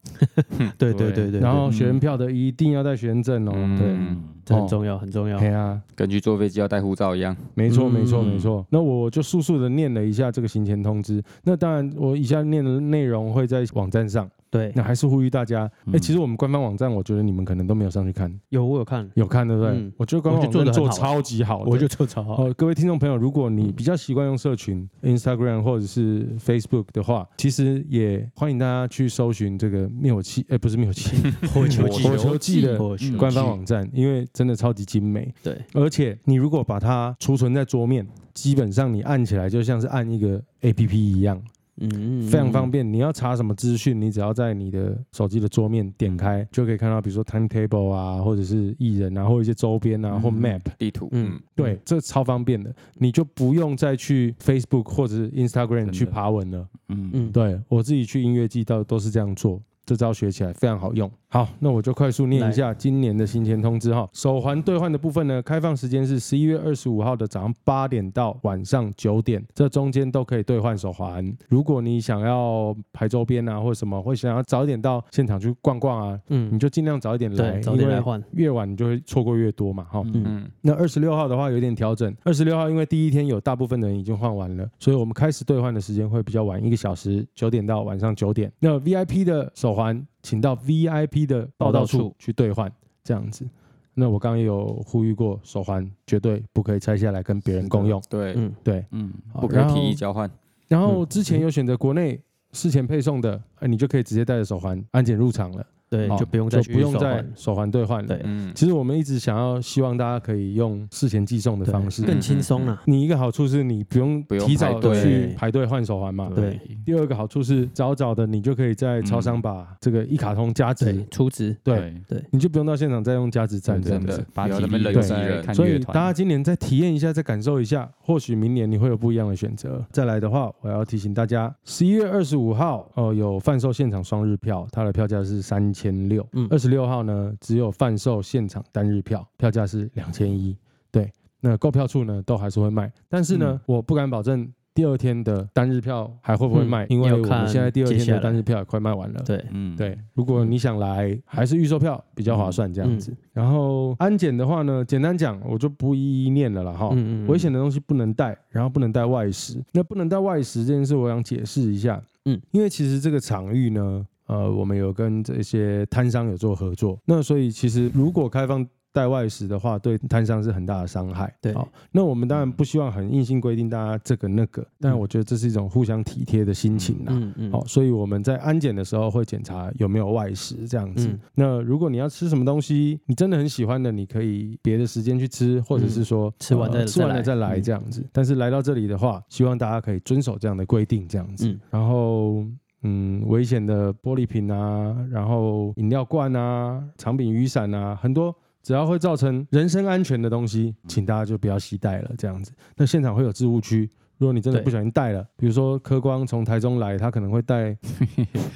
C: 对对对对，
A: 然后
B: 嗯
A: 学员票的一定要带学员证哦。
C: 对
D: 嗯，
C: 这很重要很重要
A: 对，，啊，
D: 跟去坐飞机要带护照一样，
A: 没错，
C: 嗯
A: 没错，没错。那我就速速的念了一下这个行前通知。那当然，我以下念的内容会在网站上。
C: 对
A: 那，还是呼吁大家，哎、
B: 嗯
A: 其实我们官方网站，我觉得你们可能都没有上去看，
C: 有我有看，
A: 有看对不对？
C: 嗯
A: 我觉得官方网站
C: 我觉得做
A: 做
C: 得嗯很好啊
A: 超级好的，
C: 我就做超好，
A: 哦，各位听众朋友，如果你比较习惯用社群 Instagram 或者是 Facebook 的话，其实也欢迎大家去搜寻这个灭火器，哎、不是灭火 器，
C: 火球季
A: 火球季的嗯
C: 火球季
A: 官方网站，因为真的超级精美，
C: 对
A: 而且你如果把它储存在桌面，基本上你按起来就像是按一个 APP 一样，
C: 嗯
A: 非常方，便。你要查什么资讯，你只要在你的手机的桌面点开，就可以看到，比如说 timetable 啊，或者是艺人啊，或者一些周边啊，或 map。
D: 地图，
C: 嗯
D: 嗯，
A: 对，这超方便的，你就不用再去 Facebook 或者是 Instagram
B: 的
A: 去爬文了。
B: 嗯
C: 嗯
B: 嗯
C: 嗯
A: 对我自己去音乐季到都是这样做，这招学起来非常好用。好，那我就快速念一下今年的行前通知哈。手环兑换的部分呢，开放时间是十一月二十五号的早上八点到晚上九点，这中间都可以兑换手环。如果你想要排周边啊，或者什么，会想要早一点到现场去逛逛啊，你
C: 嗯，
A: 就尽量早一点来，
C: 对，早点来
A: 因为
C: 换，
A: 越晚你就会错过越多嘛哈。
B: 嗯
D: 嗯
A: 那二十六号的话有点调整，二十六号因为第一天有大部分的人已经换完了，所以我们开始兑换的时间会比较晚，一个小时，九点到晚上九点。那 VIP 的手环，请到 VIP 的报道
C: 报道
A: 处
C: 处
A: 去兑换，这样子。那我刚刚也有呼吁过，手环绝对不可以拆下来跟别人共用，
D: 对，
C: 嗯，
A: 对，
B: 嗯，
A: 好
D: 不可以提议。
A: 然后
D: 交换。
A: 然后之前有选择国内事前配送的，呃你就可以直接带着手环安检入场了，啊
C: 对
B: 哦，
C: 就不用
A: 就
C: 再去
A: 不用
C: 手
A: 再
C: 换
A: 手环兑换了。
C: 对
D: 嗯，
A: 其实我们一直想要希望大家可以用事前寄送的
C: 对
A: 方式，
C: 更轻松啊啦。
A: 你一个好处是你不用
D: 不用
A: 提早
D: 排队
A: 去排队换手环嘛。
C: 对
A: 第二个好处是早早的你就可以在超
D: 嗯
A: 商把这个一卡通加值
C: 对，，出资
A: 对，你就不用到现场再用加值站这
D: 真
A: 样
D: 的
A: 子。
B: 把
D: 不要
B: 体
D: 那么
B: 力
D: 人
B: 留
A: 挤
B: 在
D: 人
B: 看
A: 所以
B: 乐
A: 大家
B: 团，
A: 今年再体验一下，再感受一下，或许明年你会有不一样的选择。再来的话，我要提醒大家，十一月二十五号，呃，有贩售现场双日票，它的票价是三千六。
C: 嗯
A: 二十六号呢，只有贩售现场单日票，票价是两千一。对，那购票处呢都还是会卖，但是呢，
B: 嗯
A: 我不敢保证。第二天的单日票还会不会卖？
C: 嗯
A: 因为
C: 要
A: 我们
C: 看
A: 现在第二天
C: 接下
A: 的
C: 来
A: 单日票也快卖完了。
C: 对，
B: 嗯，
A: 对，如果你想来，还是预售票比较
C: 嗯
A: 划算这样子。然后安检的话呢，简单讲，我就不一一念了啦哈。
C: 嗯
A: 哦危险的东西不能带，然后不能带外食。那不能带外食这件事，我想解释一下。
C: 嗯，
A: 因为其实这个场域呢，呃，我们有跟这些摊商有做合作，那所以其实如果开放。带外食的话，对摊商是很大的伤害。
C: 对
A: 好，那我们当然不希望很硬性规定大家这个那个，但我觉得这是一种互相体贴的心情啦。
C: 嗯嗯，
A: 好、所以我们在安检的时候会检查有没有外食这样子。
C: 嗯
A: 那如果你要吃什么东西，你真的很喜欢的，你可以别的时间去吃，或者是说、
C: 嗯
A: 呃
C: 吃完再
A: 吃完了再
C: 再来
A: 来这样子。但是来到这里的话，希望大家可以遵守这样的规定这样子。
C: 嗯
A: 然后。嗯，危险的玻璃瓶啊，然后饮料罐啊，长柄雨伞啊，很多只要会造成人身安全的东西，请大家就不要携带了，这样子。那现场会有置物区，如果你真的
C: 对
A: 不小心带了，比如说科光从台中来，他可能会带，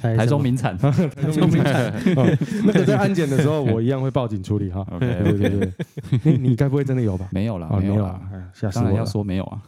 B: 台中 名产
A: 台中名产，嗯那个在安检的时候，我一样会报警处理哈。对
B: ，OK，
A: 对对对，你你该不会真的有吧？
B: 没有啦，
A: 哦
B: 没
A: 没有
B: 啦
A: 啦，吓死
B: 当
A: 我
B: 然
A: 了
B: 要！说没有啊，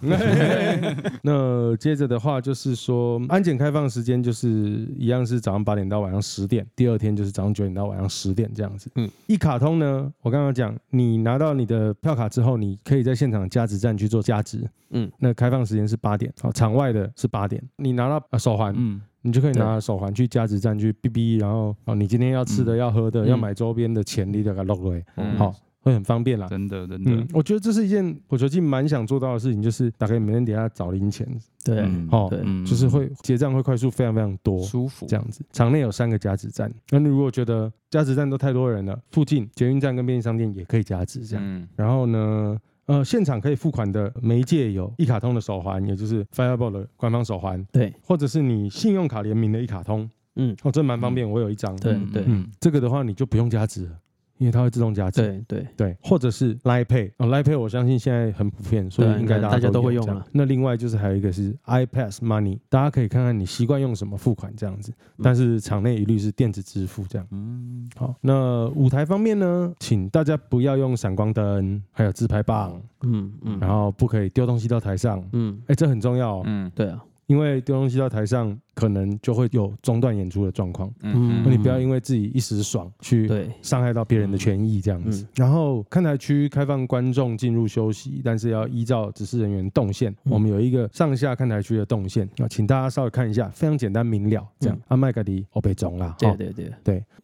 A: 那接着的话就是说，安检开放时间就是一样是早上八点到晚上十点，第二天就是早上九点到晚上十点这样子。嗯
C: 嗯，
A: 一卡通呢，我刚刚讲，你拿到你的票卡之后，你可以在现场加值站去做加值。嗯
C: 嗯，
A: 那开放时间是八点，好，场外的是八点。你拿到、呃手环，
B: 嗯，
A: 你就可以拿手环去加值站去哔哔，然后哦，你今天要吃的、
B: 嗯
A: 要喝的、
C: 嗯
A: 要买周边的钱，你得给落来，
D: 嗯
A: 好，会很方便啦。
B: 真的真
A: 嗯
C: 啊
B: 的，，
A: 我觉得这是一件我最近蛮想做到的事情，就是大概每天底下找零钱，
C: 对，
B: 嗯
A: 哦
C: 对
B: 嗯
A: 就是会结账会快速非常非常多，
B: 舒服
A: 这样子。场内有三个加值站，那你如果觉得加值站都太多人了，附近捷运站跟便利商店也可以加值这样。
D: 嗯
A: 然后呢，呃，现场可以付款的媒介有一卡通的手环，也就是 Fireball 的官方手环，
C: 对，
A: 或者是你信用卡联名的一卡通，
C: 嗯，
A: 哦，这蛮方便，我有一张。
C: 对
B: 嗯
C: 对
A: 嗯，这个的话你就不用加值了，因为它会自动加值。
C: 对对，
A: 对，或者是 Line Pay，哦，Line Pay 我相信现在很普遍，所以
C: 对
A: 应该
C: 对
A: 家
C: 大家
A: 都
C: 都会
A: 有
C: 用啊
A: 这样
C: 了。
A: 那另外就是还有一个是 iPass Money，大家可以看看你习惯用什么付款这样子，
C: 嗯
A: 但是场内一律是电子支付这样。
B: 嗯，
A: 好，那舞台方面呢，请大家不要用闪光灯，还有自拍棒，
C: 嗯嗯，
A: 然后不可以丢东西到台上。
C: 嗯，
A: 哎，这很重要、哦，
D: 嗯
C: 对啊，
A: 因为丢东西到台上可能就会有中断演出的状况。
D: 嗯
A: 那你
D: 嗯
A: 不要因为自己一时爽去
C: 对，
A: 伤害到别人的权益这样子。
C: 嗯
A: 然后看台区开放观众进入休息，但是要依照指示人员动线，
C: 嗯
A: 我们有一个上下看台区的动线啊，请大家稍微看一下，非常简单明了。这样
C: 嗯，
A: 阿麦格迪欧北中啦，
C: 对
A: 齁
C: 对对，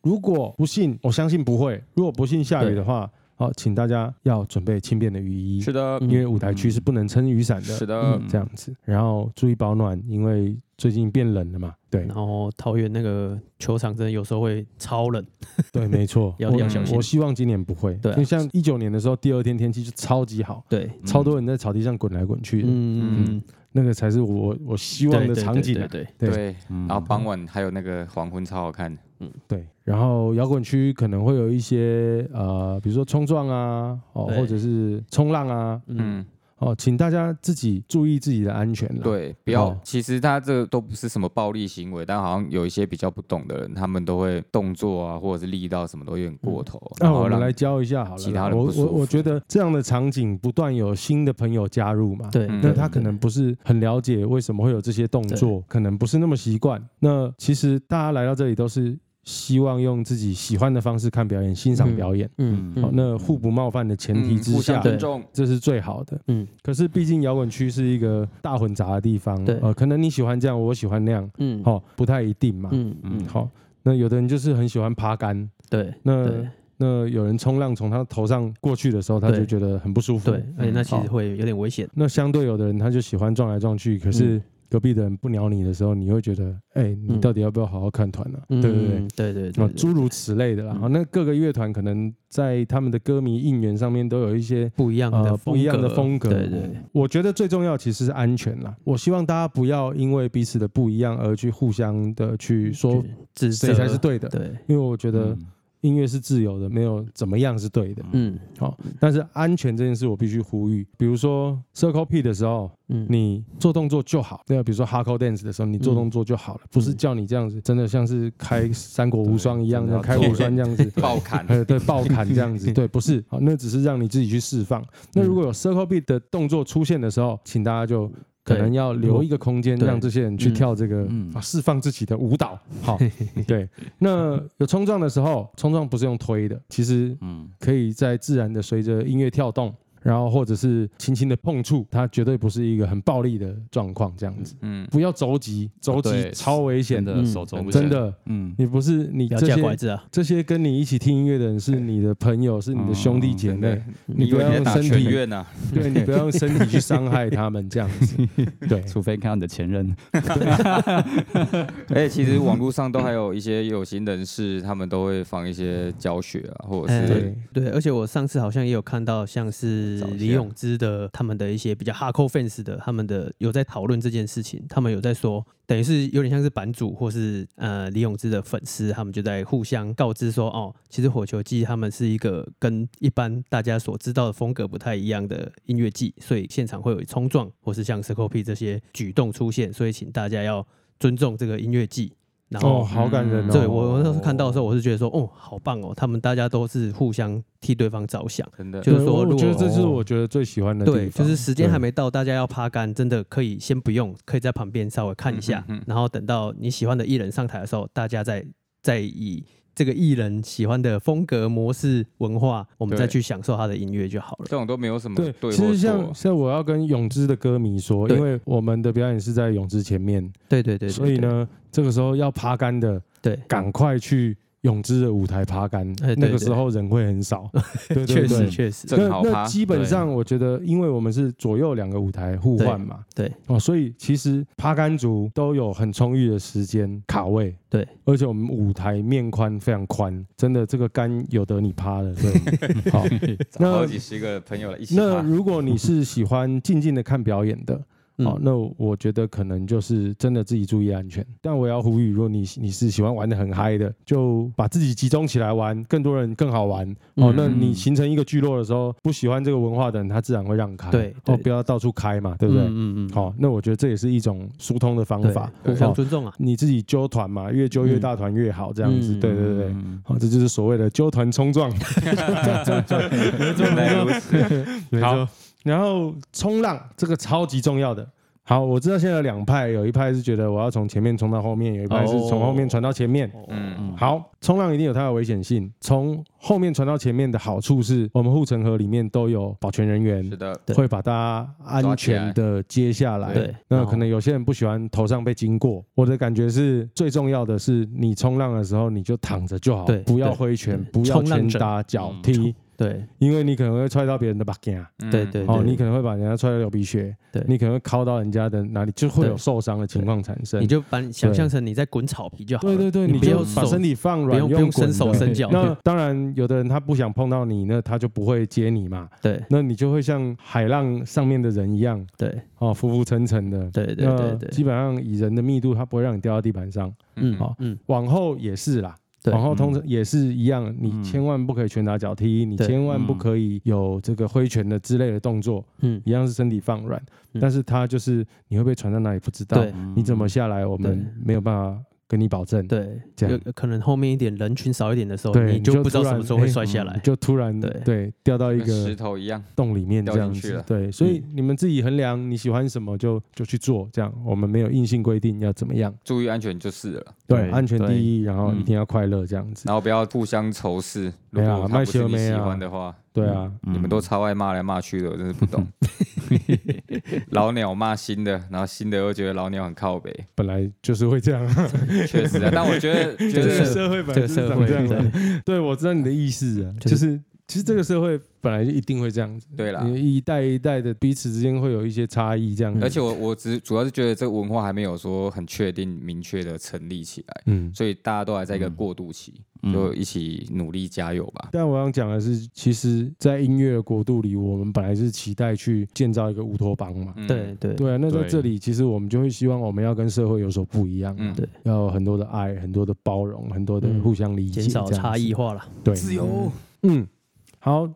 A: 如果不信，我相信不会。如果不信下雨的话，好，请大家要准备轻便的雨衣
D: 是，的，
C: 嗯
A: 因为舞台区是不能撑雨伞
D: 是
A: 的。
D: 的
B: 嗯，
A: 这样子，然后注意保暖，因为最近变冷了嘛。对
C: 然后桃园那个球场真的有时候会超冷，
A: 对，没错，
C: 要
A: 我
C: 要小心
A: 我希望今年不会，
C: 对啊
A: 因为像一九年的时候，第二天天气就超级好，
C: 对，
B: 嗯
A: 超多人在草地上滚来滚去的，
C: 嗯嗯，
A: 那个才是我我希
C: 对
A: 望
C: 对
A: 的
C: 对
A: 场景、
C: 对
A: 啊。
C: 对，
A: 对
D: 对。
B: 嗯，
D: 然后傍晚还有那个黄昏超好看，
A: 对，然后摇滚区可能会有一些呃，比如说冲撞啊，哦，
C: 对
A: 或者是冲浪啊，
C: 嗯
D: 嗯，
A: 哦，请大家自己注意自己的安全了。，
D: 对，不要
A: 哦。
D: 其实他这个都不是什么暴力行为，但好像有一些比较不懂的人，他们都会动作啊，或者是力道什么都有点过头。
A: 嗯那
D: 然后
A: 我们
D: 让
A: 来教一下好了啦。
D: 其他人
A: 我
D: 不舒
A: 我
D: 服
A: 我觉得这样的场景不断有新的朋友加入嘛，
C: 对，
D: 嗯
A: 那
C: 对
A: 他可能不是很了解为什么会有这些动作，可能不是那么习惯。那其实大家来到这里都是希望用自己喜欢的方式看表演、欣赏表演。
C: 嗯
A: 好，
C: 嗯，
A: 哦那互不冒犯的前提
D: 嗯
A: 之
D: 互
A: 下
D: 相，尊重，
A: 这是最好的。
C: 嗯，
A: 可是毕竟摇滚区是一个大混杂的地方，
C: 对
A: 呃，可能你喜欢这样，我喜欢那样，
C: 嗯，
A: 好、不太一定嘛。
C: 嗯
B: 嗯
C: 嗯，
A: 好、呃那有的人就是很喜欢爬杆，
C: 对
A: 那
C: 对
A: 那有人冲浪从他头上过去的时候，他就
C: 对
A: 觉得很不舒服。
C: 对，而且那其
A: 嗯好
C: 实会有点危险，
A: 那相对有的人他就喜欢撞来撞去，可是隔壁的人不鸟你的时候，你会觉得，哎、你
C: 嗯
A: 到底要不要好好看团呢、啊？
C: 嗯
A: 对不对？
C: 对对
A: 啊
C: 对，，
A: 诸如此类的啦。
C: 嗯
A: 好那各个乐团可能在他们的歌迷应援上面都有一些
C: 不一样的
A: 呃不一样的风格
C: 对对，
A: 我觉得最重要其实是安全啦。我希望大家不要因为彼此的不一样而去互相的去说
C: 嗯指
A: 谁
C: 责
A: 才是对的，
C: 对，
A: 因为我觉得
B: 嗯
A: 音乐是自由的，没有怎么样是对的。
C: 嗯
A: 但是安全这件事我必须呼吁，比如说 circle P 的时候，
C: 嗯，
A: 你做动作就好。对，比如说 hardcore dance 的时候，你做动作就好了，不是叫你这样子，真的像是开三国无双一样，
B: 对真的要
A: 开无双这样子。
D: 暴砍。
A: 呃，对，爆砍这样子，对，不是，好，那只是让你自己去释放。那如果有 circle beat 的动作出现的时候，请大家就可
C: 对
A: 能要留一个空间，
C: 对
A: 让这些人去跳这个
B: 嗯
A: 啊，释放自己的舞蹈。好，对。那有冲撞的时候，冲撞不是用推的，其实
B: 嗯
A: 可以在自然的随着音乐跳动，然后或者是轻轻的碰触，它绝对不是一个很暴力的状况，这样子。
D: 嗯，
A: 不要着急，着
C: 哦
B: 啊
A: 急
B: 对
A: 超危险
B: 显
A: 的，
B: 得手肘
A: 嗯
B: 不
A: 真
B: 行，
A: 的。
B: 嗯，
A: 你不是你
C: 不要
A: 这
C: 架
A: 些
C: 拐嗯子啊，
A: 这些跟你一起听音乐的人是你的朋友，是你的兄弟姐妹，
D: 你以
A: 不
D: 为
A: 要
D: 你在
A: 用
D: 打
A: 身
D: 全
A: 体，
D: 院啊呐？
A: 对你不要用身体去伤害他们这样 子。对，
B: 除非看到你的前任，
D: 而且哎其实网络上都还有一些有心人士，他们都会放一些教学啊，或者是
A: 对，
C: 对，而且我上次好像也有看到，像是
D: 找一
C: 李
D: 下
C: 永芝的他们的一些比较 hardcore fans 的，他们的有在讨论这件事情，他们有在说，等于是有点像是版主或是呃李永芝的粉丝，他们就在互相告知说，哦，其实火球季他们是一个跟一般大家所知道的风格不太一样的音乐季，所以现场会有冲撞或是像 c i r c l P 这些举动出现，所以请大家要尊重这个音乐季。然后嗯
A: 哦，好感人哦。
C: 对我，我那时候看到的时候，我是觉得说，哦，好棒哦，他们大家都是互相替对方着想。
D: 真的
C: 就
A: 对
C: 是说
A: 我我
C: 如果哦
A: 觉得这是我觉得最喜欢的地方。
C: 对，就是时间还
A: 对
C: 没到，大家要趴杆，真的可以先不用，可以在旁边稍微看一下，
D: 嗯哼哼
C: 然后等到你喜欢的艺人上台的时候，大家再再以这个艺人喜欢的风格、模式、文化，我们
D: 对
C: 再去享受他的音乐就好了
D: 这。种都没有什么
A: 对，
D: 对
A: 其
D: 或
A: 实
D: 错啊
A: 像。像我要跟泳之的歌迷说，
C: 对
A: 因为我们的表演是在泳之前面，
C: 对对对对
A: 所以，呢，这个时候要爬杆的，
C: 对
A: 赶快去泳之的舞台爬杆
C: 哎对，
A: 那个
C: 对
A: 时候人会很少。对
C: 对
A: 对
C: 确
A: 对
C: 实。确实，
D: 正好
A: 那
D: 趴
A: 那基本上，我觉得，因为我们是左右两个舞台互换嘛，
C: 对
A: 哦，所以其实趴杆族都有很充裕的时间卡位，
C: 对，
A: 而且我们舞台面宽非常宽，真的这个杆有得你趴了， 对， 好。
D: 找好
A: 那
D: 几十个朋友一起
A: 那
D: 爬，
A: 如果你是喜欢静静的看表演的，
C: 嗯
A: 好，那我觉得可能就是真的自己注意安全。但我要呼吁，如果你你是喜欢玩的很嗨的，就把自己集中起来玩，更多人更好玩。哦
C: 嗯，
A: 那你形成一个聚落的时候，不喜欢这个文化的人，他自然会让开。
C: 对
A: 哦，
C: 对
A: 不要到处开嘛，对不对？
C: 嗯嗯嗯，
A: 好，那我觉得这也是一种疏通的方
C: 对，
A: 法。
C: 互相
A: 哦
C: 尊重啊，
A: 你自己揪团嘛，越揪越
C: 嗯
A: 大团越好，这样子。
C: 嗯
A: 对对对。
B: 嗯
A: 哦好，这就是所谓的纠团冲撞。
D: 原来如此，
A: 没
B: 错
A: 错。然后冲浪这个超级重要的。好，我知道现在有两派，有一派是觉得我要从前面冲到后面，有一派
D: 哦
A: 是从后面传到前面。
D: 嗯，
B: 嗯
A: 好，冲浪一定有它的危险性。从后面传到前面的好处是，我们护城河里面都有保全人
D: 是
A: 员，
D: 的，
C: 对
A: 会把大家安全的接下来。
C: 对，
A: 那可能有些人不喜欢头上被经过，我的感觉是最重要的是，你冲浪的时候你就躺着就好
C: 对，
A: 不要
C: 对
A: 挥拳，
C: 对
A: 不要
C: 冲浪
A: 拳
C: 者
A: 打脚
D: 嗯
A: 踢，
C: 对
A: 因为你可能会踹到别人的把柄。
D: 嗯
C: 对对
A: 哦，你可能会把人家踹到流鼻血，
C: 对
A: 你可能会敲到人家的哪里，就会有
C: 对
A: 受伤的情况产生。
C: 你就把你想象成你在滚草皮就好了，
A: 对对对，
C: 你
A: 你
C: 不要
A: 就
C: 手
A: 把身体放
C: 不
A: 软，
C: 用不用
A: 滚
C: 伸
A: 的
C: 手伸脚，
A: 那当然，有的人他不想碰到你，那他就不会接你嘛，
C: 对
A: 那你就会像海浪上面的人一样，
C: 对
A: 哦，浮浮沉沉的。
C: 对对
A: 那
C: 对对，
A: 基本上以人的密度，它不会让你掉到地板上。
C: 嗯
A: 好
C: 嗯
A: 往后也是啦，
C: 对嗯
A: 然后通常也是一样，你千万不可以拳打脚踢，你
C: 对
A: 千万不
B: 嗯
A: 可以有这个挥拳的之类的动作，
C: 嗯，
A: 一样是身体放软，
C: 嗯
A: 但是它就是你会被传到哪里不知道
C: 对，
A: 你怎么下来，我们
C: 对
A: 没有办法跟你保证。
C: 对，
A: 这
C: 有
A: 样
C: 可能后面一点人群少一点的时候，
A: 对
C: 你
A: 你就
C: 就不知道
A: 突
C: 什
A: 然
C: 么时候会
A: 哎
C: 摔下来
A: 你。就突然
C: 对
A: 对掉到一
D: 跟石
A: 个
D: 头一样，
A: 洞里面这样
D: 掉进去
A: 子
D: 了，
A: 对，所
C: 嗯
A: 以你们自己衡量你喜欢什么就就去做，这样我们没有硬性规定要怎么样，
D: 注意安全就是了，
A: 对，
B: 对
A: 安全第一，然后
B: 嗯
A: 一定要快乐这样子
D: 然，后不要互相仇视。如
A: 没啊
D: 果他
A: 卖
D: 不是
A: 修
D: 你
A: 没
D: 喜
A: 啊
D: 欢的话，
A: 对啊，
B: 嗯
D: 你们都超爱骂来骂去的，我真是 不懂。老鸟骂新的，然后新的又觉得老鸟很靠北，
A: 本来就是会这样，
D: 确实啊。但我 觉得，觉
A: 这个
D: 得
A: 社会本来就是长这样的，对，我知道你的意思啊，
C: 就
A: 就是是其实这个社会本来就一定会这样子，
D: 对啦
A: 因为一代一代的彼此之间会有一些差异这样子，
D: 而且我我只主要是觉得这个文化还没有说很确定、明确的成立起来，
A: 嗯，
D: 所以大家都还在一个过渡期，
B: 嗯
D: 就一起努力加油吧。
A: 但我想讲的是，其实，在音乐的国度里，我们本来是期待去建造一个乌托邦嘛。
D: 嗯
C: 对，对
A: 对啊，那在
B: 对
A: 这里，其实我们就会希望我们要跟社会有所不一样啊，
D: 嗯，
C: 对
A: 要有很多的爱，很多的包容，很多的
C: 嗯
A: 互相理解，
C: 减少
A: 这样子
C: 差异。化了。
A: 对，
D: 由。
A: 嗯，好，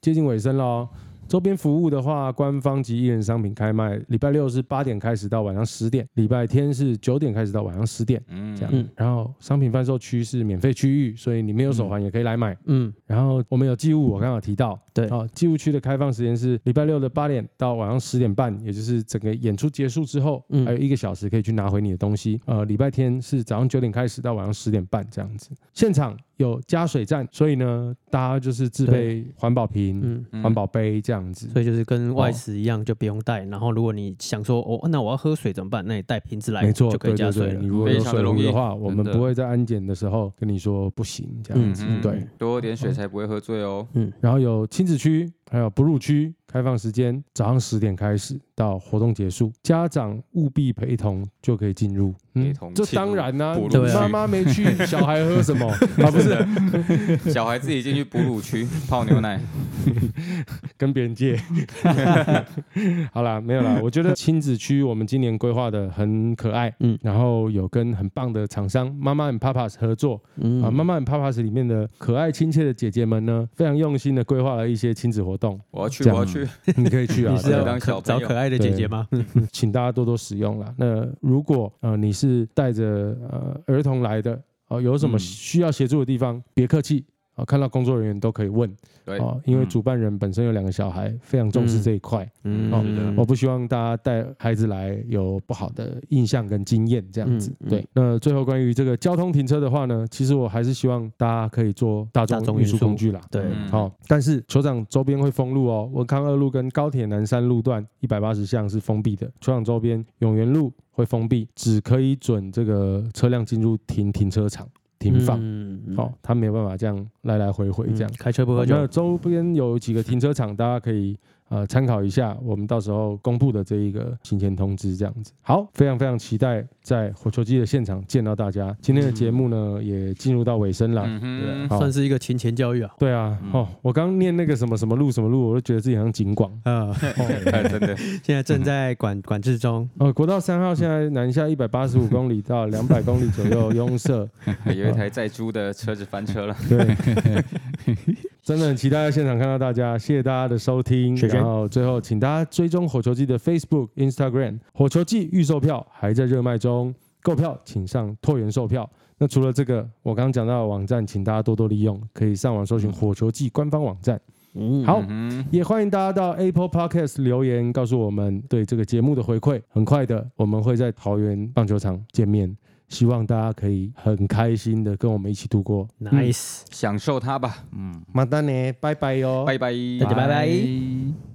A: 接近尾声喽。周边服务的话，官方及艺人商品开卖，礼拜六是八点开始到晚上十点，礼拜天是九点开始到晚上十点，
D: 嗯
A: 这样。
C: 嗯
A: 然后商品贩售区是免费区域，所以你没有手环也可以来买。
C: 嗯，
A: 然后我们有寄物，我刚刚有提到，
C: 对
A: 哦，寄物区的开放时间是礼拜六的八点到晚上十点半，也就是整个演出结束之后，
C: 嗯
A: 还有一个小时可以去拿回你的东西。呃，礼拜天是早上九点开始到晚上十点半这样子，现场有加水站，所以呢，大家就是自备环保瓶、
C: 嗯，
D: 嗯
A: 环保杯这样子。
C: 所以就是跟外食一样，就不用带。然后如果你想说哦，那我要喝水怎么办？那你带瓶子来，
A: 没错，
C: 就可以
A: 对
C: 加
A: 对
C: 水
A: 对，
C: 了
A: 你。如果
D: 非
A: 有
D: 常的
A: 水
D: 容
A: 壶
D: 易
A: 的话，我们
B: 真的
A: 不会在安检的时候跟你说不行这样
C: 嗯
A: 子。
D: 嗯
A: 对，
D: 多喝点水才不会喝醉哦。
A: 然后有亲子区，还有哺乳区，开放时间早上十点开始到活动结束，家长务必陪同就可以进入。嗯
D: 陪同
A: 这
D: 进入
A: 当然啦、
D: 哺乳
C: 对啊
A: 妈妈没去， 小孩喝什么？啊，不是
D: 小孩自己进去哺 乳区泡牛奶，
A: 跟别人借。 好啦，没有啦。我觉得亲子区我们今年规划的很可爱，嗯
C: 嗯，
A: 然后有跟很棒的厂商妈妈 and papas 合作，
C: 嗯
A: 啊，妈妈 and papas 里面的可爱亲切的姐姐们呢，非常用心的规划了一些亲子活动，
D: 我要去，
A: 这
D: 我
A: 样
D: 要去。
A: 你可以去啊。
C: 你是
A: 对啊
C: 要
D: 当
C: 可
D: 小
C: 找
D: 朋友
C: 可爱的姐姐吗？
A: 请大家多多使用啦。那如果呃你是带着呃儿童来的，哦、有什么
B: 嗯
A: 需要协助的地方，别客气。啊，看到工作人员都可以问
D: 对，
A: 哦，因为
B: 嗯
A: 主办人本身有两个小孩，非常重视
C: 嗯
A: 这一块。
C: 嗯
A: 哦
B: 是的
A: 我不希望大家带孩子来有不好的印象跟经验这样子。
C: 嗯嗯
A: 对，那最后关于这个交通停车的话呢，其实我还是希望大家可以坐大
C: 大
A: 众
C: 众
A: 运
C: 运
A: 输
C: 输
A: 工具啦。
C: 对，
D: 嗯
A: 好、但是球场周边会封路哦，文康二路跟高铁南山路段一百八十巷是封闭的，球场周边永源路会封闭，只可以准这个车辆进入停停车场停放。
C: 嗯
A: 哦，，他没有办法这样来来回回
C: 嗯
A: 这样。
C: 开车不
A: 我
C: 喝
A: 们有
C: 酒。
A: 周边有几个停车场，大家可以呃参考一下，我们到时候公布的这一个行前通知这样子。好，非常非常期待在火球季的现场见到大家。今天的节目呢也进入到尾声了。
D: 嗯哼，
A: 好
C: 算是一个勤前教育啊。
A: 对啊，
B: 嗯
A: 哦，我刚念那个什么什么路什么路，我都觉得自己好像警广。
C: 啊，
A: 哦，
D: 真的，
C: 现在正在管管制中。
A: 哦国道三号现在南下一百八十五公里到两百公里左右，拥塞。
D: 有一
A: 哦
D: 台载猪的车子翻车了。
A: 对，真的很期待在现场看到大家，谢谢大家的收听。
C: 谢谢
A: 然后最后，请大家追踪火球季的 Facebook、Instagram。火球季预售票还在热卖中，购票请上拓元售票。那除了这个，我刚刚讲到的网站，请大家多多利用，可以上网搜寻火球季官方网站。
C: 嗯
A: 好
D: 嗯哼，
A: 也欢迎大家到 Apple Podcast 留言，告诉我们对这个节目的回馈。很快的，我们会在桃园棒球场见面，希望大家可以很开心的跟我们一起度过。
C: ，nice。
D: 享受它吧，
B: 嗯，
D: 哦
A: 马丹呢，拜拜哟，
D: 拜拜，
C: 大家拜拜